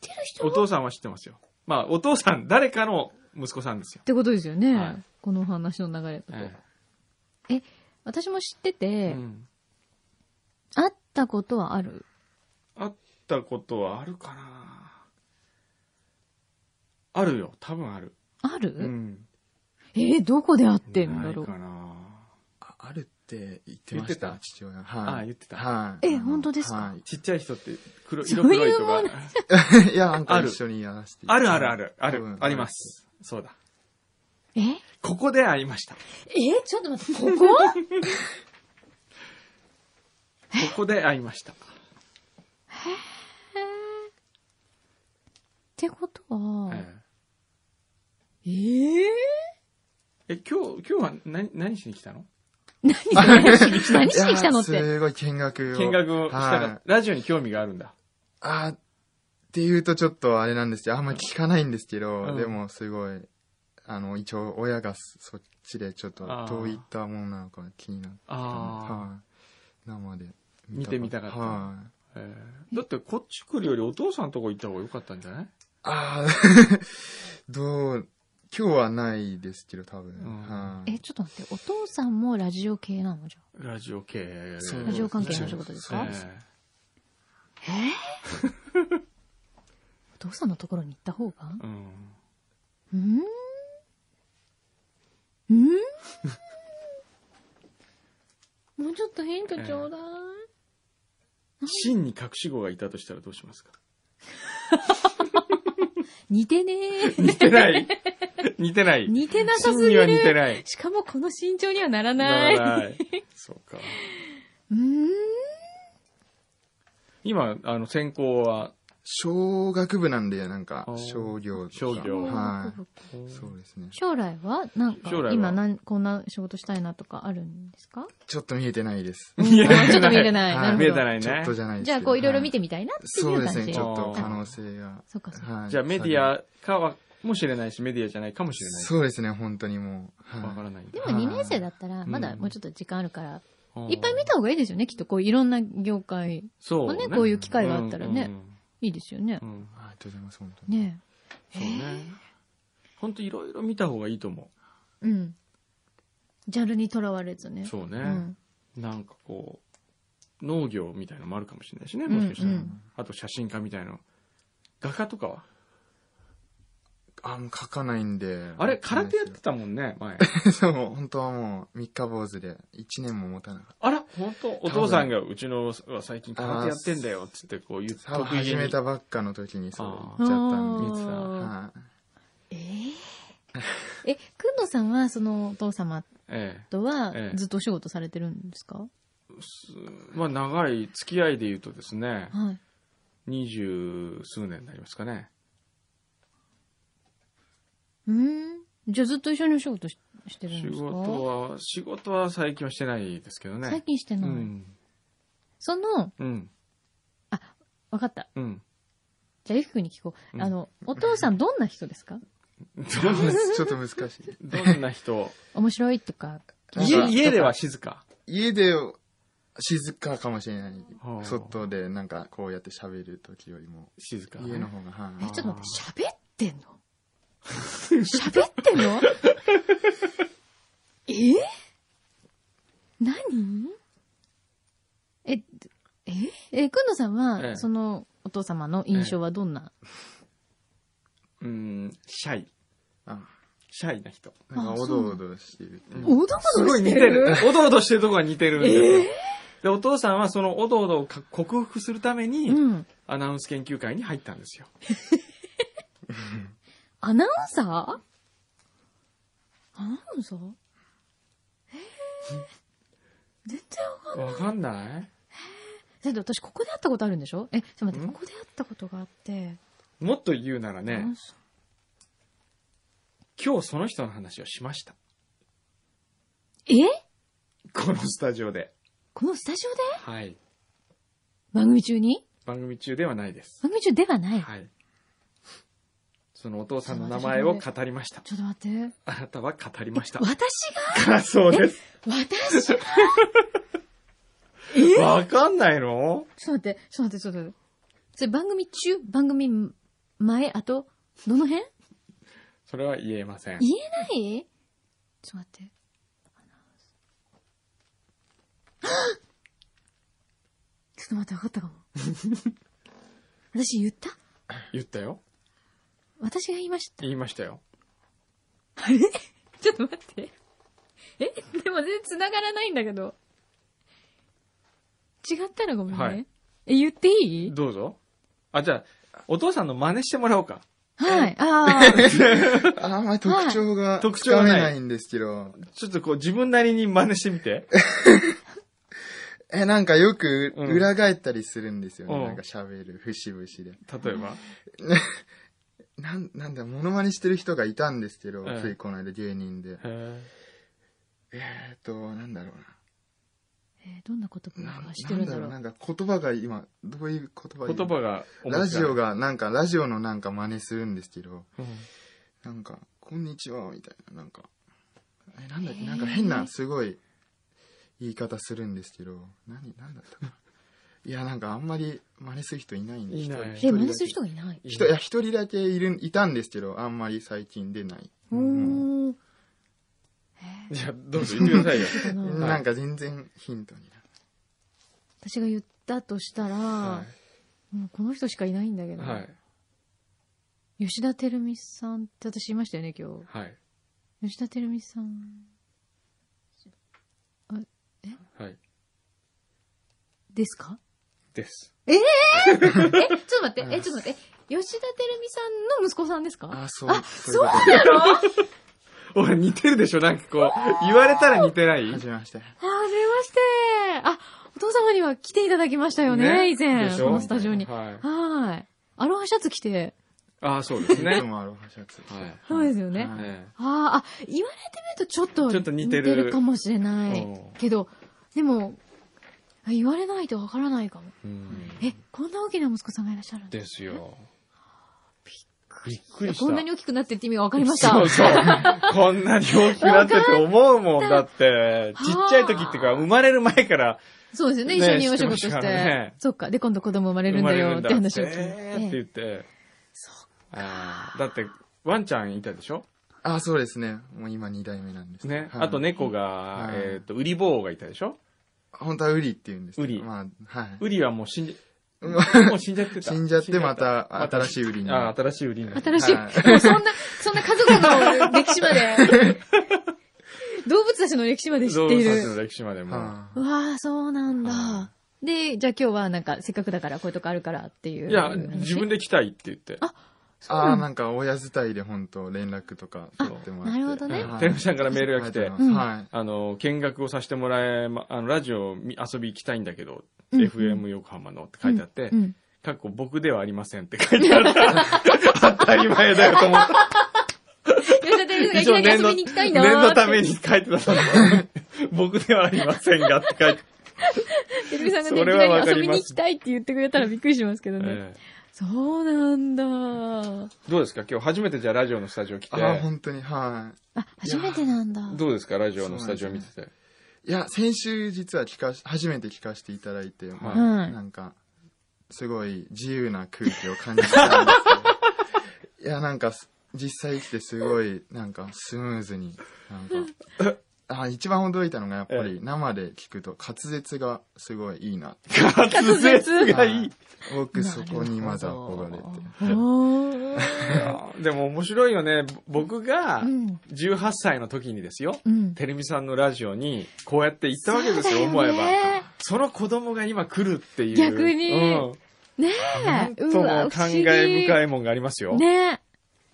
Speaker 2: てる人
Speaker 4: お父さんは知ってますよ。まあ、お父さん、誰かの息子さんですよ
Speaker 2: っ。てことですよね。
Speaker 4: はい
Speaker 2: この話の流れだと、
Speaker 4: え
Speaker 2: 私も知って
Speaker 4: え
Speaker 2: て、
Speaker 4: うん
Speaker 2: 会ったことはある。
Speaker 4: 会ったことはあるかなあるよ。多分ある。
Speaker 2: ある、
Speaker 4: うん。
Speaker 2: えーどこで会ってん
Speaker 4: な
Speaker 2: だ
Speaker 4: い
Speaker 2: ろう
Speaker 4: かな
Speaker 5: ああるって言ってました、
Speaker 4: 言ってた
Speaker 5: 父親。
Speaker 4: あ
Speaker 5: は
Speaker 4: あ、
Speaker 5: い。
Speaker 4: 言ってた。
Speaker 5: はい。
Speaker 2: え
Speaker 5: あの
Speaker 2: 本当ですか
Speaker 5: はい。
Speaker 4: ちっちゃい人って黒、
Speaker 2: そ
Speaker 4: 色
Speaker 2: ういう
Speaker 4: 黒いと
Speaker 2: も
Speaker 4: か
Speaker 2: の。
Speaker 5: いや、なん
Speaker 4: あ
Speaker 5: か
Speaker 4: る
Speaker 5: 一緒にやらせていた
Speaker 4: あ
Speaker 5: だい
Speaker 4: る
Speaker 5: て
Speaker 4: あるある。あ
Speaker 5: 多
Speaker 4: る
Speaker 5: 分。
Speaker 4: ありま。す。そうだ。
Speaker 2: ええ
Speaker 4: ここで会いました。こ
Speaker 2: ーちょっと待って、 ここ
Speaker 4: こで会いました。
Speaker 2: ってことは、
Speaker 4: ええ
Speaker 2: ええ
Speaker 4: え、今日、今日は何、何しに来たの
Speaker 2: 何それ 何しに来たのっ
Speaker 5: いや
Speaker 2: て。
Speaker 5: すごい見学を。
Speaker 4: 見学をしたら、
Speaker 5: はい
Speaker 4: ラジオに興味があるんだ。
Speaker 5: あーっていうとちょっとあれなんですけど、あんま聞かないんですけど、
Speaker 4: うん
Speaker 5: でもすごい、あの、一応親がそそっちでちょっと
Speaker 4: あー
Speaker 5: どういったものなのか気になってたんで、
Speaker 4: あ
Speaker 5: はい。生で
Speaker 4: 見てみたかった
Speaker 5: はい。
Speaker 4: あ、えーだってこっち来るよりお父さんのとこ行った方が良かったんじゃない
Speaker 5: ああ、 どう、今日はないですけど、多分。
Speaker 4: ん
Speaker 5: はい
Speaker 2: え、ちょっと待って、お父さんもラジオ系なのじ
Speaker 4: ラジオ系。
Speaker 5: そう
Speaker 2: ラジオ関係の仕事です
Speaker 4: え
Speaker 2: か ゃ。お父さんのところに行った方が
Speaker 4: ーうん。
Speaker 2: うーんうーんもうちょっとヒントちょうだい。
Speaker 4: 真に隠し子がいたとしたらどうしますか
Speaker 2: 似て ねー。
Speaker 4: 似てない 似てない。
Speaker 2: 似てなさ
Speaker 4: 真
Speaker 2: す
Speaker 4: に
Speaker 2: ぎ
Speaker 4: は似て
Speaker 2: る。
Speaker 4: ない。
Speaker 2: しかもこの身長にはなら
Speaker 4: な
Speaker 2: ない。
Speaker 4: らない。そうか。
Speaker 2: うーん。
Speaker 4: 今、あの、専攻は、
Speaker 5: 小学部なんで、なんか
Speaker 4: あ、ー
Speaker 5: 商業とか。
Speaker 4: 商業
Speaker 5: は
Speaker 2: そうか
Speaker 4: う
Speaker 5: い。そうですね。
Speaker 2: 将来はなんか
Speaker 4: 将来は
Speaker 2: 今なんこんな仕事したいなとかあるんですか
Speaker 5: ちょっと見えてないです。
Speaker 4: 見えてない
Speaker 2: あちょ っと見えてない。な
Speaker 5: はい
Speaker 2: るほど
Speaker 4: 見えてないね
Speaker 5: ちょっとじゃないです
Speaker 2: じゃあこういろいろ見
Speaker 5: て、
Speaker 2: てみたいなってい
Speaker 5: そうう
Speaker 2: 感
Speaker 5: で
Speaker 2: じ。
Speaker 5: すね、ちょっと
Speaker 4: あー
Speaker 5: 可能性が。
Speaker 2: そうかそうか。
Speaker 5: はい
Speaker 4: じゃあメディアかは、もしれないし、メディアじゃないかもしれない。
Speaker 5: そうですね、本当にもう。
Speaker 4: わか
Speaker 5: は
Speaker 4: らないんだ。
Speaker 2: でも
Speaker 5: はい
Speaker 2: 2年生だったら、
Speaker 4: うん
Speaker 2: まだもうちょっと時間あるから、
Speaker 4: あー
Speaker 2: いっぱい見た方がいいですよね、きっと。こういろんな業界
Speaker 4: そ
Speaker 2: も
Speaker 4: う
Speaker 2: ね、
Speaker 4: ね。
Speaker 2: こういう機会があったらね、いいですよね
Speaker 4: う。ん。うんうん
Speaker 5: い。ありがとうございます、本当に。
Speaker 2: ね
Speaker 4: そうね。ほんといろいろ見た方がいいと思
Speaker 2: えうん。ジャンルにとらわれずね。
Speaker 4: う。そうね。
Speaker 2: うん。
Speaker 4: なんかこう、農業みたいのもあるかもしれないしね、
Speaker 2: うん
Speaker 4: もしかしたら。
Speaker 2: うん
Speaker 4: あと写真家みたいな。画家とかは
Speaker 5: あ、もう書かないんで。
Speaker 4: あれ、
Speaker 5: わかん
Speaker 4: 空
Speaker 5: ないで
Speaker 4: 手
Speaker 5: す
Speaker 4: や
Speaker 5: よ
Speaker 4: ってたもんね、前。
Speaker 5: そう、本当はもう、三日坊主で、一年も持たなか っ
Speaker 4: あら、本当お父さんがうちのは最近空手やってんだよ、つってこう言って、
Speaker 5: た。多分
Speaker 4: 得意げ
Speaker 5: 始
Speaker 4: に
Speaker 5: めたばっかの時に、そう、
Speaker 4: あ
Speaker 5: 行っちゃったんで。
Speaker 4: 見てた
Speaker 5: は。
Speaker 2: えー え、くんのさんは、そのお父様
Speaker 4: え
Speaker 2: とは
Speaker 4: え、え
Speaker 2: ずっとお仕事されてるんですか
Speaker 4: え。まあ、長い付き合いで言うとですね、
Speaker 2: はい。
Speaker 4: 二十数年になりますかね。
Speaker 2: うーん。じゃあずっと一緒にお仕事ししてるん
Speaker 4: 仕
Speaker 2: ですか
Speaker 4: 事は、仕事は最近はしてないですけどね。
Speaker 2: 最近して
Speaker 4: う
Speaker 2: ない。
Speaker 4: ん。
Speaker 2: その、
Speaker 4: うん。
Speaker 2: わかった。
Speaker 4: うん。
Speaker 2: じゃあ、リフ君に聞こう。
Speaker 4: うん
Speaker 2: あの、お父さんどんな人ですか
Speaker 4: どんない
Speaker 5: ちょっと難しい。
Speaker 4: どんな人
Speaker 2: 面白いとか。
Speaker 5: なん
Speaker 4: 家
Speaker 5: か
Speaker 4: 家では静か。
Speaker 5: 家で、静かかもしれない
Speaker 4: は。あ
Speaker 5: 外で、なんか、こうやって喋る時よりも、
Speaker 4: 静か。
Speaker 5: 家の方が、は
Speaker 2: え、
Speaker 5: い。
Speaker 2: ちょっと待って、喋ってんの喋ってんの え何え、え、え、くんのさんは、
Speaker 4: ええ
Speaker 2: そのお父様の印象はどんな、
Speaker 4: うん、シャイ。
Speaker 5: あ
Speaker 4: シャイな人。
Speaker 5: なんか、おどおどしてるっていう。
Speaker 2: おどおどしてる。
Speaker 4: おどおどしてるとこが似てるんだよ。で、お父さんはそのおどおどをか克服するために、
Speaker 2: うん。
Speaker 4: アナウンス研究会に入ったんですよ。
Speaker 2: アナウンサーアナウンサーええ全然わかんない。
Speaker 4: わかんない
Speaker 2: だって私ここで会ったことあるんでしょえ、ちょっと待って、
Speaker 4: ん
Speaker 2: ここで会ったことがあって。
Speaker 4: もっと言うなら
Speaker 2: アナウ
Speaker 4: ね
Speaker 2: ン、サー
Speaker 4: 今日その人の話をしました。
Speaker 2: え
Speaker 4: このスタジオで。
Speaker 2: このスタジオで
Speaker 4: はい。
Speaker 2: 番組中に
Speaker 4: 番組中ではないです。
Speaker 2: 番組中ではない。
Speaker 4: はい。そのお父さんの名前を語りました。
Speaker 2: ちょっと待って。
Speaker 4: あなたは語りま した。
Speaker 2: 私
Speaker 4: からそうです。
Speaker 2: が私ちょっ
Speaker 4: わかんないの
Speaker 2: と待って、ちょっと待って、ちょっと待って。それ番組中番組前あとどの辺
Speaker 4: それは言えません。
Speaker 2: 言えないちょっと待って。アナウンスはあちょっと待って、分かったかも。私言った
Speaker 4: 言ったよ。
Speaker 2: 私が言いました。
Speaker 4: 言いましたよ。
Speaker 2: あれ ちょっと待って。えでも全然繋がらないんだけど。違ったらごめんね。
Speaker 4: はい
Speaker 2: え、言っていい
Speaker 4: どうぞ。あ、じゃあ、お父さんの真似してもらおうか。
Speaker 2: はい。ああ。
Speaker 5: あんまり特徴が、
Speaker 4: 特
Speaker 5: つ
Speaker 4: 徴が
Speaker 5: か
Speaker 4: ない
Speaker 5: めないんですけど、
Speaker 4: ちょっとこう自分なりに真似してみて。
Speaker 5: え、なんかよく、
Speaker 4: うん
Speaker 5: 裏返ったりするんですよ
Speaker 4: う
Speaker 5: ね。
Speaker 4: ん
Speaker 5: なんか喋る、節々で。
Speaker 4: 例えば。
Speaker 5: なん、なんだ、モノマネしてる人がいたんですけど、
Speaker 4: ええ
Speaker 5: ついこの間芸人で。
Speaker 4: へ
Speaker 5: えーっと、なんだろ
Speaker 2: えーどんな言
Speaker 5: う
Speaker 2: 葉
Speaker 5: な。
Speaker 2: が
Speaker 5: な
Speaker 2: してるんだろ
Speaker 5: な
Speaker 2: う。
Speaker 5: んだろう、なんか言葉が今、どういう言葉
Speaker 4: ー言葉
Speaker 5: が。
Speaker 4: が面白い
Speaker 5: ラジオが、なんか、ラジオのなんか真似するんですけど、
Speaker 4: うん
Speaker 5: なんか、こんにちは、みたいな、なんか、え、なんだっ
Speaker 2: へ
Speaker 5: け、
Speaker 2: ー
Speaker 5: なんか変な、すごい、言い方するんですけど、何、なんだったかな。いや、なんかあんまり真似する人いないんで、
Speaker 4: い
Speaker 5: 一
Speaker 4: な
Speaker 5: 人
Speaker 2: え、
Speaker 4: い
Speaker 5: 一人だけ
Speaker 2: 真似する人がいない。
Speaker 5: 人、いや、一人だけいる、いたんですけど、あんまり最近出ない。
Speaker 2: おー。え
Speaker 4: じゃあどうぞ言ってくださいよ
Speaker 2: ー、かな
Speaker 5: なんか全然ヒントになる。
Speaker 2: 私が言ったとしたら、
Speaker 4: は
Speaker 2: もうこの人しかいないんだけ
Speaker 4: い
Speaker 2: ど、
Speaker 4: はい
Speaker 2: 吉田照美さんって私いましたよね、今
Speaker 4: はい
Speaker 2: 日。吉田照美さん。
Speaker 4: はい
Speaker 2: ですか
Speaker 4: です
Speaker 2: え、ちょっと待って、え、ちょっと待って。吉田照美さんの息子さんですか
Speaker 5: あ、そう。あ、
Speaker 2: そう
Speaker 5: は
Speaker 2: なのあ、出
Speaker 4: おい似てるでしょなんかこう言われたら似てない
Speaker 5: じめまして。
Speaker 2: まして。あ、お父様には来ていただきましたよね、
Speaker 4: ね
Speaker 2: 以前。
Speaker 4: でしょ
Speaker 2: このスタジオに。は
Speaker 4: はい
Speaker 2: ーい。アロハシャツ着て。
Speaker 4: ああそうです
Speaker 5: いつ
Speaker 4: ね
Speaker 5: もアロハシャツ。
Speaker 4: はい
Speaker 2: そうですよね。
Speaker 5: はい
Speaker 4: ね
Speaker 2: あーあ、言われてみるとちょっと
Speaker 4: ちょっと似てる
Speaker 2: かもしれない
Speaker 4: うん。
Speaker 2: けど、でも、あ言われないとわからないかも。
Speaker 4: うん
Speaker 2: え、こんな大きな息子さんがいらっしゃるんだ
Speaker 4: ですよびっくりした
Speaker 2: こんなに大きくなってって意味がわかりました。
Speaker 4: そうそう。こんなに大きくなってって思うもんだって、ちっちゃい時っていうか、生まれる前から
Speaker 2: そうですよね、
Speaker 4: ね
Speaker 2: 一緒にお仕事
Speaker 4: 知って
Speaker 2: し。
Speaker 4: ましてたからね
Speaker 2: そっか。で、今度子供生まれる
Speaker 4: 生
Speaker 2: ん
Speaker 4: ま
Speaker 2: だ
Speaker 4: れる
Speaker 2: よ
Speaker 4: ん
Speaker 2: っ
Speaker 4: だ
Speaker 2: て
Speaker 4: っ
Speaker 2: 話
Speaker 4: て
Speaker 2: を聞いて。
Speaker 4: えーって言って。あーだって、ワンちゃんいたでしょ
Speaker 5: あ、そうですね。もう今2代目なんです。
Speaker 4: ね。
Speaker 5: はい
Speaker 4: あと。猫が
Speaker 5: は、い
Speaker 4: えっと、ウリ坊がいたでしょ
Speaker 5: 本当はウリって言うんですけど
Speaker 4: ウリ
Speaker 5: まあ、はい。
Speaker 4: ウリはもう死んじ
Speaker 5: うん
Speaker 4: ゃ、もう死んじゃってた。
Speaker 5: 死んじゃってまた
Speaker 4: ま
Speaker 5: 新しいウリに。
Speaker 4: あー、新しいウリになった。
Speaker 2: 新しい。
Speaker 5: はい
Speaker 2: もうそんな、そんな家族の歴史ま で、動物たちの歴史まで知
Speaker 4: 動
Speaker 2: ってい
Speaker 4: 物たち
Speaker 2: る。
Speaker 4: の歴史までも。
Speaker 5: は
Speaker 2: うわあ、そうなんだ
Speaker 4: は。
Speaker 2: で、じゃあ今日はなんか、せっかくだからこういうとこあるからっていう。
Speaker 4: いや、自分
Speaker 2: で。
Speaker 4: で来たいって言って。
Speaker 5: ああー、なんか親伝いで本当連絡とか取ってもらって。
Speaker 2: なるほどね
Speaker 5: はい
Speaker 4: テレビさんからメールが来て
Speaker 5: ありがとうございます
Speaker 4: あの、見学をさせてもらえ、ま、あの、ラジオ見遊び行きたいんだけど、
Speaker 2: うんうん
Speaker 4: FM 横浜のって書いてあって、
Speaker 2: うん。
Speaker 4: かっこ僕ではありませんって書いて あった。当たり前だよと思った。
Speaker 2: 吉田照美さんがいきなり遊びに行きたいなーって。
Speaker 4: 念のために書いてたの。 僕ではありませんがって書いて。
Speaker 2: 照美さんがね、いき
Speaker 4: それはわ
Speaker 2: な
Speaker 4: か
Speaker 2: り遊
Speaker 4: り
Speaker 2: び
Speaker 4: ます
Speaker 2: に行きたいって言ってくれたらびっくりしますけどね。
Speaker 4: ええ
Speaker 2: そうなんだ。
Speaker 4: どうですか今日初めてじゃあラジオのスタジオ来て。
Speaker 5: ああ、本当に、はい。
Speaker 2: あ、初めてなんだ。
Speaker 4: どうですかラジオのスタジオ見てて。
Speaker 5: いや、先週実は聞かし、初めて聞かせていただいて、まあ
Speaker 2: はい
Speaker 5: なんか、すごい自由な空気を感じたんですけど、いや、なんかす、実際来てすごい、なんか、スムーズに、なんか、 あ一番驚いたのが、やっぱ
Speaker 4: え
Speaker 5: り生で聞くと滑舌がすごいいいなって。
Speaker 4: 滑舌がい
Speaker 5: はいい。僕そこにまだ憧れて。
Speaker 2: おー
Speaker 4: でも面白いよね。ぼ僕が
Speaker 2: うん。
Speaker 4: 18歳の時にですよ。
Speaker 2: うん。
Speaker 4: てるみさんのラジオにこうやって行ったわけです
Speaker 2: そう
Speaker 4: よ、
Speaker 2: だよね
Speaker 4: 思えば。その子供が今来るっていう。
Speaker 2: 逆に
Speaker 4: うん
Speaker 2: ねえ。
Speaker 4: と
Speaker 2: うわ、
Speaker 4: も
Speaker 2: 不思
Speaker 4: 感
Speaker 2: 議
Speaker 4: 慨深いもんがありますよ。
Speaker 2: ねえ。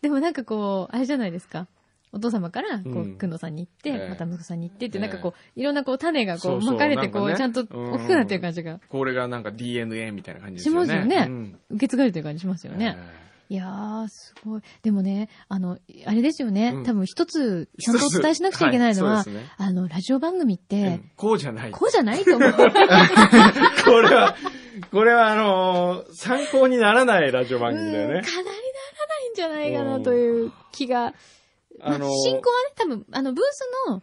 Speaker 2: でもなんかこう、あれじゃないですか。お父様から、こ
Speaker 4: う
Speaker 2: う、
Speaker 4: ん
Speaker 2: くんどさんに行っ
Speaker 4: え
Speaker 2: て、
Speaker 4: え
Speaker 2: また息子さんに行ってって、
Speaker 4: ええ
Speaker 2: なんかこう、いろんなこう、種が
Speaker 4: そ
Speaker 2: こ
Speaker 4: う
Speaker 2: う、
Speaker 4: そう
Speaker 2: 巻かれて、こ
Speaker 4: なんか
Speaker 2: う、
Speaker 4: ね
Speaker 2: ちゃんと大きくなってる感じが、
Speaker 4: これがなんか DNA みたいな感じですよね。
Speaker 2: しますよね
Speaker 4: うん
Speaker 2: 受け継がれてる感じしますよね。
Speaker 4: え
Speaker 2: いやー、すごい。でもね、あの、あれですよね。
Speaker 4: うん
Speaker 2: 多分一つ、
Speaker 4: ー
Speaker 2: ちゃんとお伝えしなくちゃいけないのは、
Speaker 4: そうですね
Speaker 2: あの、ラジオ番組っ
Speaker 4: う
Speaker 2: て、
Speaker 4: んこうじゃない。こ
Speaker 2: こうじゃないと思う。
Speaker 4: れは、これはあのー参考にならないラジオ番組だよ
Speaker 2: うん
Speaker 4: ね
Speaker 2: か。なりならないんじゃないかなという気が。ま
Speaker 4: あ
Speaker 2: あ
Speaker 4: のー
Speaker 2: 進行はね、多分、あの、ブースの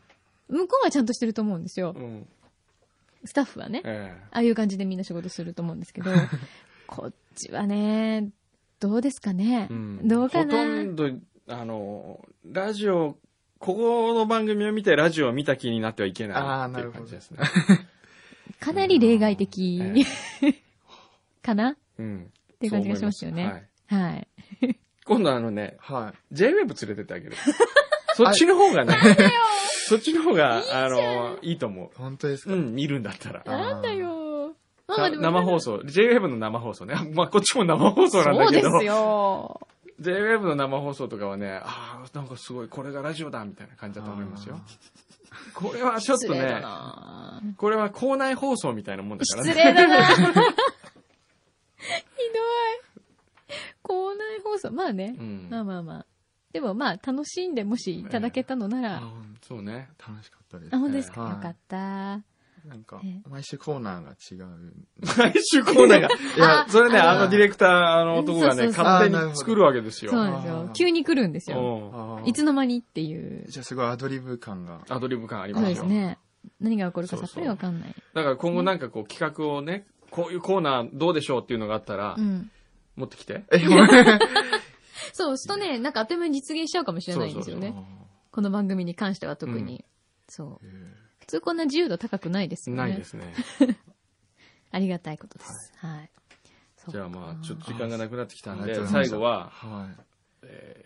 Speaker 2: 向こうはちゃんとしてると思うんですよ
Speaker 4: う。ん。
Speaker 2: スタッフはね。
Speaker 4: え
Speaker 2: ああいう感じでみんな仕事すると思うんですけ ど、こっちはね、どうですかね
Speaker 4: え。ん
Speaker 2: どうか
Speaker 4: ほと
Speaker 2: な。
Speaker 4: んど、あのーラジオ、ここの番組を見てラジオを見た気になってはいけないっていう感じですね。
Speaker 2: かなり例外的
Speaker 4: ええ
Speaker 2: かなっ
Speaker 4: うん。って
Speaker 2: いう感じがしますよ
Speaker 4: は
Speaker 2: ね。
Speaker 4: い。
Speaker 2: はい。
Speaker 4: 今度あのね、
Speaker 5: はい。
Speaker 4: JWEB 連れてって あげる。そっちの方がね、そっちの方が、あの、いいと思
Speaker 5: 本当です
Speaker 4: う。う
Speaker 5: か、
Speaker 4: ん、見るんだったら。
Speaker 2: なんだよ。まあまあでも
Speaker 4: 生放送、JWEB の生放送ね。あまあ、こっちも生放送なん
Speaker 2: そ
Speaker 4: だ
Speaker 2: う
Speaker 4: け
Speaker 2: で
Speaker 4: ど、
Speaker 2: すよ。
Speaker 4: JWEB の生放送とかはね、ああ、なんかすごい、これがラジオだ、みたいな感じだと思いますよ。これはちょっ
Speaker 2: 失
Speaker 4: と
Speaker 2: 礼だ
Speaker 4: ね、
Speaker 2: な。
Speaker 4: これは校内放送みたいなもんだから
Speaker 2: 失
Speaker 4: ね。
Speaker 2: 礼だな。ひどい。校内放送。まあね
Speaker 4: う。ん。
Speaker 2: まあまあまあ。でもまあ、楽しんで、もしいただけたのな
Speaker 4: あ
Speaker 2: ら、
Speaker 4: ほんそうね。
Speaker 5: 楽しかったです
Speaker 2: あ、。本当ですか。
Speaker 4: は
Speaker 2: よ
Speaker 4: い
Speaker 2: かった。
Speaker 5: なん か
Speaker 2: え、
Speaker 5: 毎週コーナーが違う。
Speaker 4: 毎週コーナーが。 いや、それね、
Speaker 5: あ
Speaker 4: あのディレクターあの男が
Speaker 2: う
Speaker 4: ね、
Speaker 2: んそうそうそう
Speaker 4: 勝
Speaker 5: あーなる
Speaker 4: 手
Speaker 5: ほ
Speaker 4: に
Speaker 5: ど
Speaker 4: 作るわけですよ。
Speaker 2: そうなんですよ
Speaker 5: あ。ー
Speaker 2: 急に来るんですよ。
Speaker 4: うん
Speaker 5: あー
Speaker 2: いつの間にっていう。
Speaker 5: じゃあすごいアドリブ感が。
Speaker 4: アドリブ感あり
Speaker 2: そ
Speaker 4: ま
Speaker 2: う
Speaker 4: すよ。
Speaker 2: ですね。何が起こるか
Speaker 4: そ
Speaker 2: さ
Speaker 4: う
Speaker 2: っ
Speaker 4: そう
Speaker 2: ぱりわかんない。
Speaker 4: だから今後なんかこう企画をね、こういうコーナーどうでしょうっていうのがあったら
Speaker 2: う、ん。
Speaker 4: 持ってきて。
Speaker 5: え、もうね。
Speaker 2: そう、するとね、なんかあっという間に実現しちゃうかもしれないんですよね。この番組に関しては特に。
Speaker 4: う
Speaker 2: そう。
Speaker 5: えー
Speaker 2: 普通こんな自由度高くないですよね。
Speaker 4: ないで。すね。
Speaker 2: ありがたいことです。はい。そう
Speaker 4: じゃあまあ、ちょっと時間がなくなってきたん
Speaker 5: ありが
Speaker 4: で
Speaker 5: とう、ございまし
Speaker 4: 最
Speaker 5: た
Speaker 4: 後は、
Speaker 5: はい。
Speaker 4: えー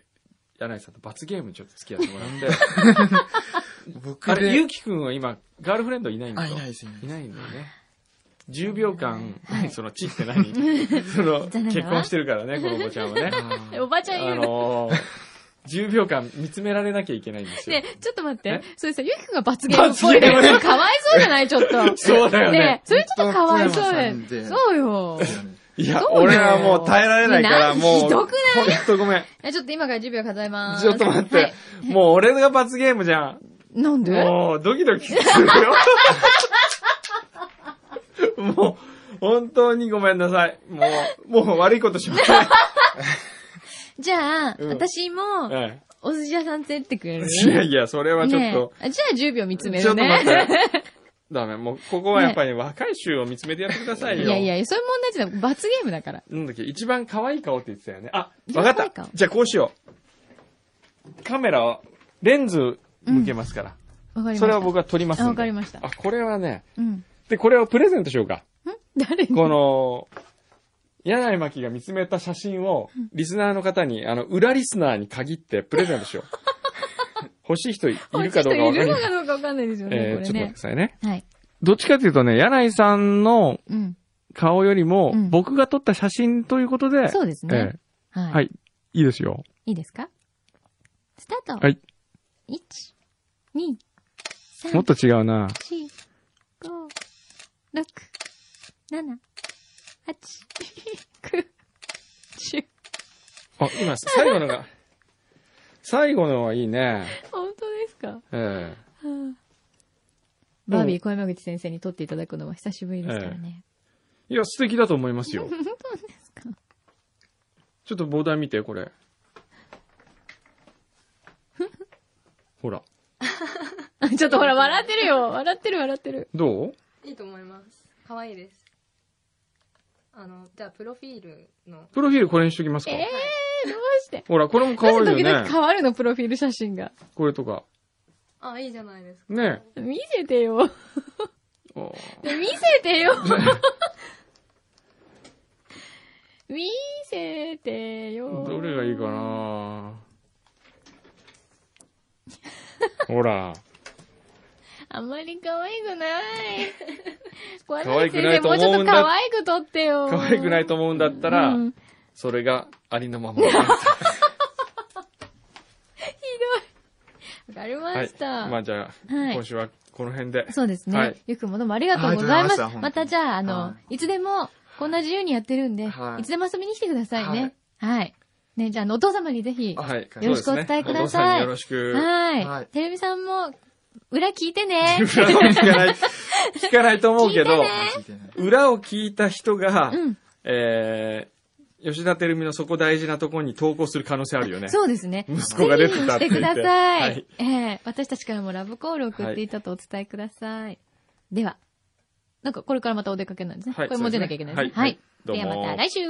Speaker 4: 柳井さんと罰ゲームにちょっと付き合ってもらって、
Speaker 5: 僕
Speaker 4: あれ、ゆ
Speaker 5: で
Speaker 4: う、きくんは今、ガールフレンドいないんだ
Speaker 5: あ、
Speaker 4: よ。
Speaker 5: いないですね。
Speaker 4: いないんだよね。10秒間、
Speaker 2: はい
Speaker 4: その、ちって何そ の、
Speaker 2: じゃあなんだ
Speaker 4: 結婚してるからね、このお子ちゃ んはね。
Speaker 5: あー
Speaker 2: えおばちゃんい
Speaker 4: あ
Speaker 2: るの。
Speaker 4: のー、10秒間見つめられなきゃいけないんですよ
Speaker 2: ね。、ちょっと待って
Speaker 4: え。
Speaker 2: それさ、ゆきくんが罰ゲームっぽいだ
Speaker 4: 罰ゲーム
Speaker 2: よ。かわいそうじゃないちょっと。
Speaker 4: そうだよね
Speaker 2: それちょっとかわいそう
Speaker 5: 小山
Speaker 2: や
Speaker 5: さんで
Speaker 2: そうよ。
Speaker 4: いや
Speaker 2: どうよ
Speaker 4: 俺はもう耐えられないから、
Speaker 2: ね
Speaker 4: もう。
Speaker 2: ひどく
Speaker 4: ないほんとごめん。
Speaker 2: え、ちょっと今から10秒数えます。
Speaker 4: ちょっと待って。
Speaker 2: はい
Speaker 4: もう俺が罰ゲームじゃん。
Speaker 2: なんで
Speaker 4: もう、ドキドキするよ。もう、本当にごめんなさい。もう、もう悪いことしま せん。
Speaker 2: じゃあ、
Speaker 4: うん
Speaker 2: 私も、
Speaker 4: え
Speaker 2: お寿司屋さん連れてってくれる
Speaker 4: えいやいや、それはちょっと。
Speaker 2: ねえじゃあ10秒見つめ
Speaker 4: ちょ
Speaker 2: る
Speaker 4: っと待っ
Speaker 2: ね。
Speaker 4: て。ダメ、もう、ここはやっぱり若い衆を見つめてやってくださ い
Speaker 2: い
Speaker 4: よ。
Speaker 2: やいやいや、そういう問題じゃない。罰ゲームだから。
Speaker 4: なんだっけ、一番可愛い顔って言ってたよね。あ、
Speaker 2: 一
Speaker 4: わ
Speaker 2: 番
Speaker 4: かっ
Speaker 2: 可愛
Speaker 4: た
Speaker 2: い。顔
Speaker 4: じゃあこうしよう。カメラを、レンズ向けますから。
Speaker 2: わかりました。
Speaker 4: それは僕は撮りますんで
Speaker 2: あわかりました
Speaker 4: あ、これはね。
Speaker 2: うん。
Speaker 4: で、これをプレゼントしようか。
Speaker 2: 誰に
Speaker 4: この、柳井真紀が見つめた写真を、リスナーの方に、あの、裏リスナーに限ってプレゼントしよう。 欲しい人いるかどうかわか
Speaker 2: い
Speaker 4: り
Speaker 2: るの
Speaker 4: ません。
Speaker 2: かどうかわかんないですよね、
Speaker 4: えー、
Speaker 2: こ
Speaker 4: ちょ
Speaker 2: れ
Speaker 4: っと
Speaker 2: ね
Speaker 4: 待ってくだ。さいね。
Speaker 2: はい。
Speaker 4: どっちかというとね、柳井さんの
Speaker 2: うん。
Speaker 4: 顔よりも
Speaker 2: う、ん
Speaker 4: 僕が撮った写真ということで、
Speaker 2: そうですね。
Speaker 4: えー
Speaker 2: は。
Speaker 4: はいい。いいですよ。
Speaker 2: いいですかスタート。
Speaker 4: はい。
Speaker 2: 1、2、3
Speaker 4: もっ、と違うな。
Speaker 2: 4、5、6、7、8、9、10。
Speaker 4: あ、今、最後のが、最後のはいいね。
Speaker 2: 本当ですか
Speaker 4: え
Speaker 2: バービー小山口先生に撮っていただくのは久しぶりですからね。
Speaker 4: えいや、素敵だと思いますよ。
Speaker 2: 本当ですか
Speaker 4: ちょっとボーダー見て、これ。ほら。
Speaker 2: あちょっとほら、笑ってるよ。笑ってる、笑ってる。
Speaker 4: どう
Speaker 6: いいと思います。可愛いです。あの、じゃあ、プロフィールの。
Speaker 4: プロフィールこれにしときますか。
Speaker 2: ええー、どうして。
Speaker 4: ほら、これも可
Speaker 2: な
Speaker 4: 愛
Speaker 2: んで
Speaker 4: い
Speaker 2: 時
Speaker 4: よ
Speaker 2: 々
Speaker 4: ね。
Speaker 2: 変わるの、プロフィール写真が。
Speaker 4: これとか。
Speaker 6: あ、いいじゃないですか。
Speaker 4: ね
Speaker 2: 見せてよ。
Speaker 4: え。あ
Speaker 2: 見せてよ。 見せてよ。
Speaker 4: どれがいいかなほら。
Speaker 2: あんまり可愛く ない。小
Speaker 4: 可愛
Speaker 2: 山
Speaker 4: く
Speaker 2: 先
Speaker 4: ない
Speaker 2: 生、
Speaker 4: と
Speaker 2: も
Speaker 4: 思う
Speaker 2: うんちょっと
Speaker 4: だ
Speaker 2: 可愛く撮ってよ。
Speaker 4: 可愛くないと思うんだったら、
Speaker 2: うん
Speaker 4: それがあり のままで。
Speaker 2: わかりま
Speaker 4: はい
Speaker 2: し。た。
Speaker 4: まあじゃあ、
Speaker 2: はい
Speaker 4: 今週はこの辺で。
Speaker 2: そうですね。
Speaker 4: はい
Speaker 2: ゆくんもどうもありがとうございます。
Speaker 5: ありがとうございました
Speaker 2: ま
Speaker 5: 本当
Speaker 2: た
Speaker 5: に
Speaker 2: じゃあ、あの、、
Speaker 5: はい
Speaker 2: つでも、こんな自由にやってるんで、
Speaker 5: はい
Speaker 2: い、つでも遊びに来てくださいね。はい。ね、じゃあ、あのお父様にぜひ、
Speaker 5: あ
Speaker 4: はい。
Speaker 5: よろし
Speaker 2: くお伝えください
Speaker 4: そうですねお父さんによろしく。
Speaker 2: はい。
Speaker 5: はい
Speaker 2: てるみさんも、裏聞いて ね。
Speaker 4: 裏を聞かない、聞かないと思うけど、
Speaker 5: 聞いてない
Speaker 4: 裏を聞いた人が、
Speaker 2: うん。
Speaker 4: えー、吉田照美のそこ大事なところに投稿する可能性あるよね。
Speaker 2: そうですね。
Speaker 4: 息子が出てたっ
Speaker 2: ぜひ
Speaker 4: て
Speaker 2: してく
Speaker 4: 言っ
Speaker 2: だ
Speaker 4: て。
Speaker 2: さい。
Speaker 4: はい。
Speaker 2: ええ私たちからもラブコールを送っていたとお伝えください。では、なんかこれからまたお出かけなんですね。
Speaker 4: はい
Speaker 2: これも出なきゃいけないですね。
Speaker 4: そう
Speaker 2: はい。
Speaker 4: ですねはい
Speaker 2: では
Speaker 4: どうも
Speaker 2: また来週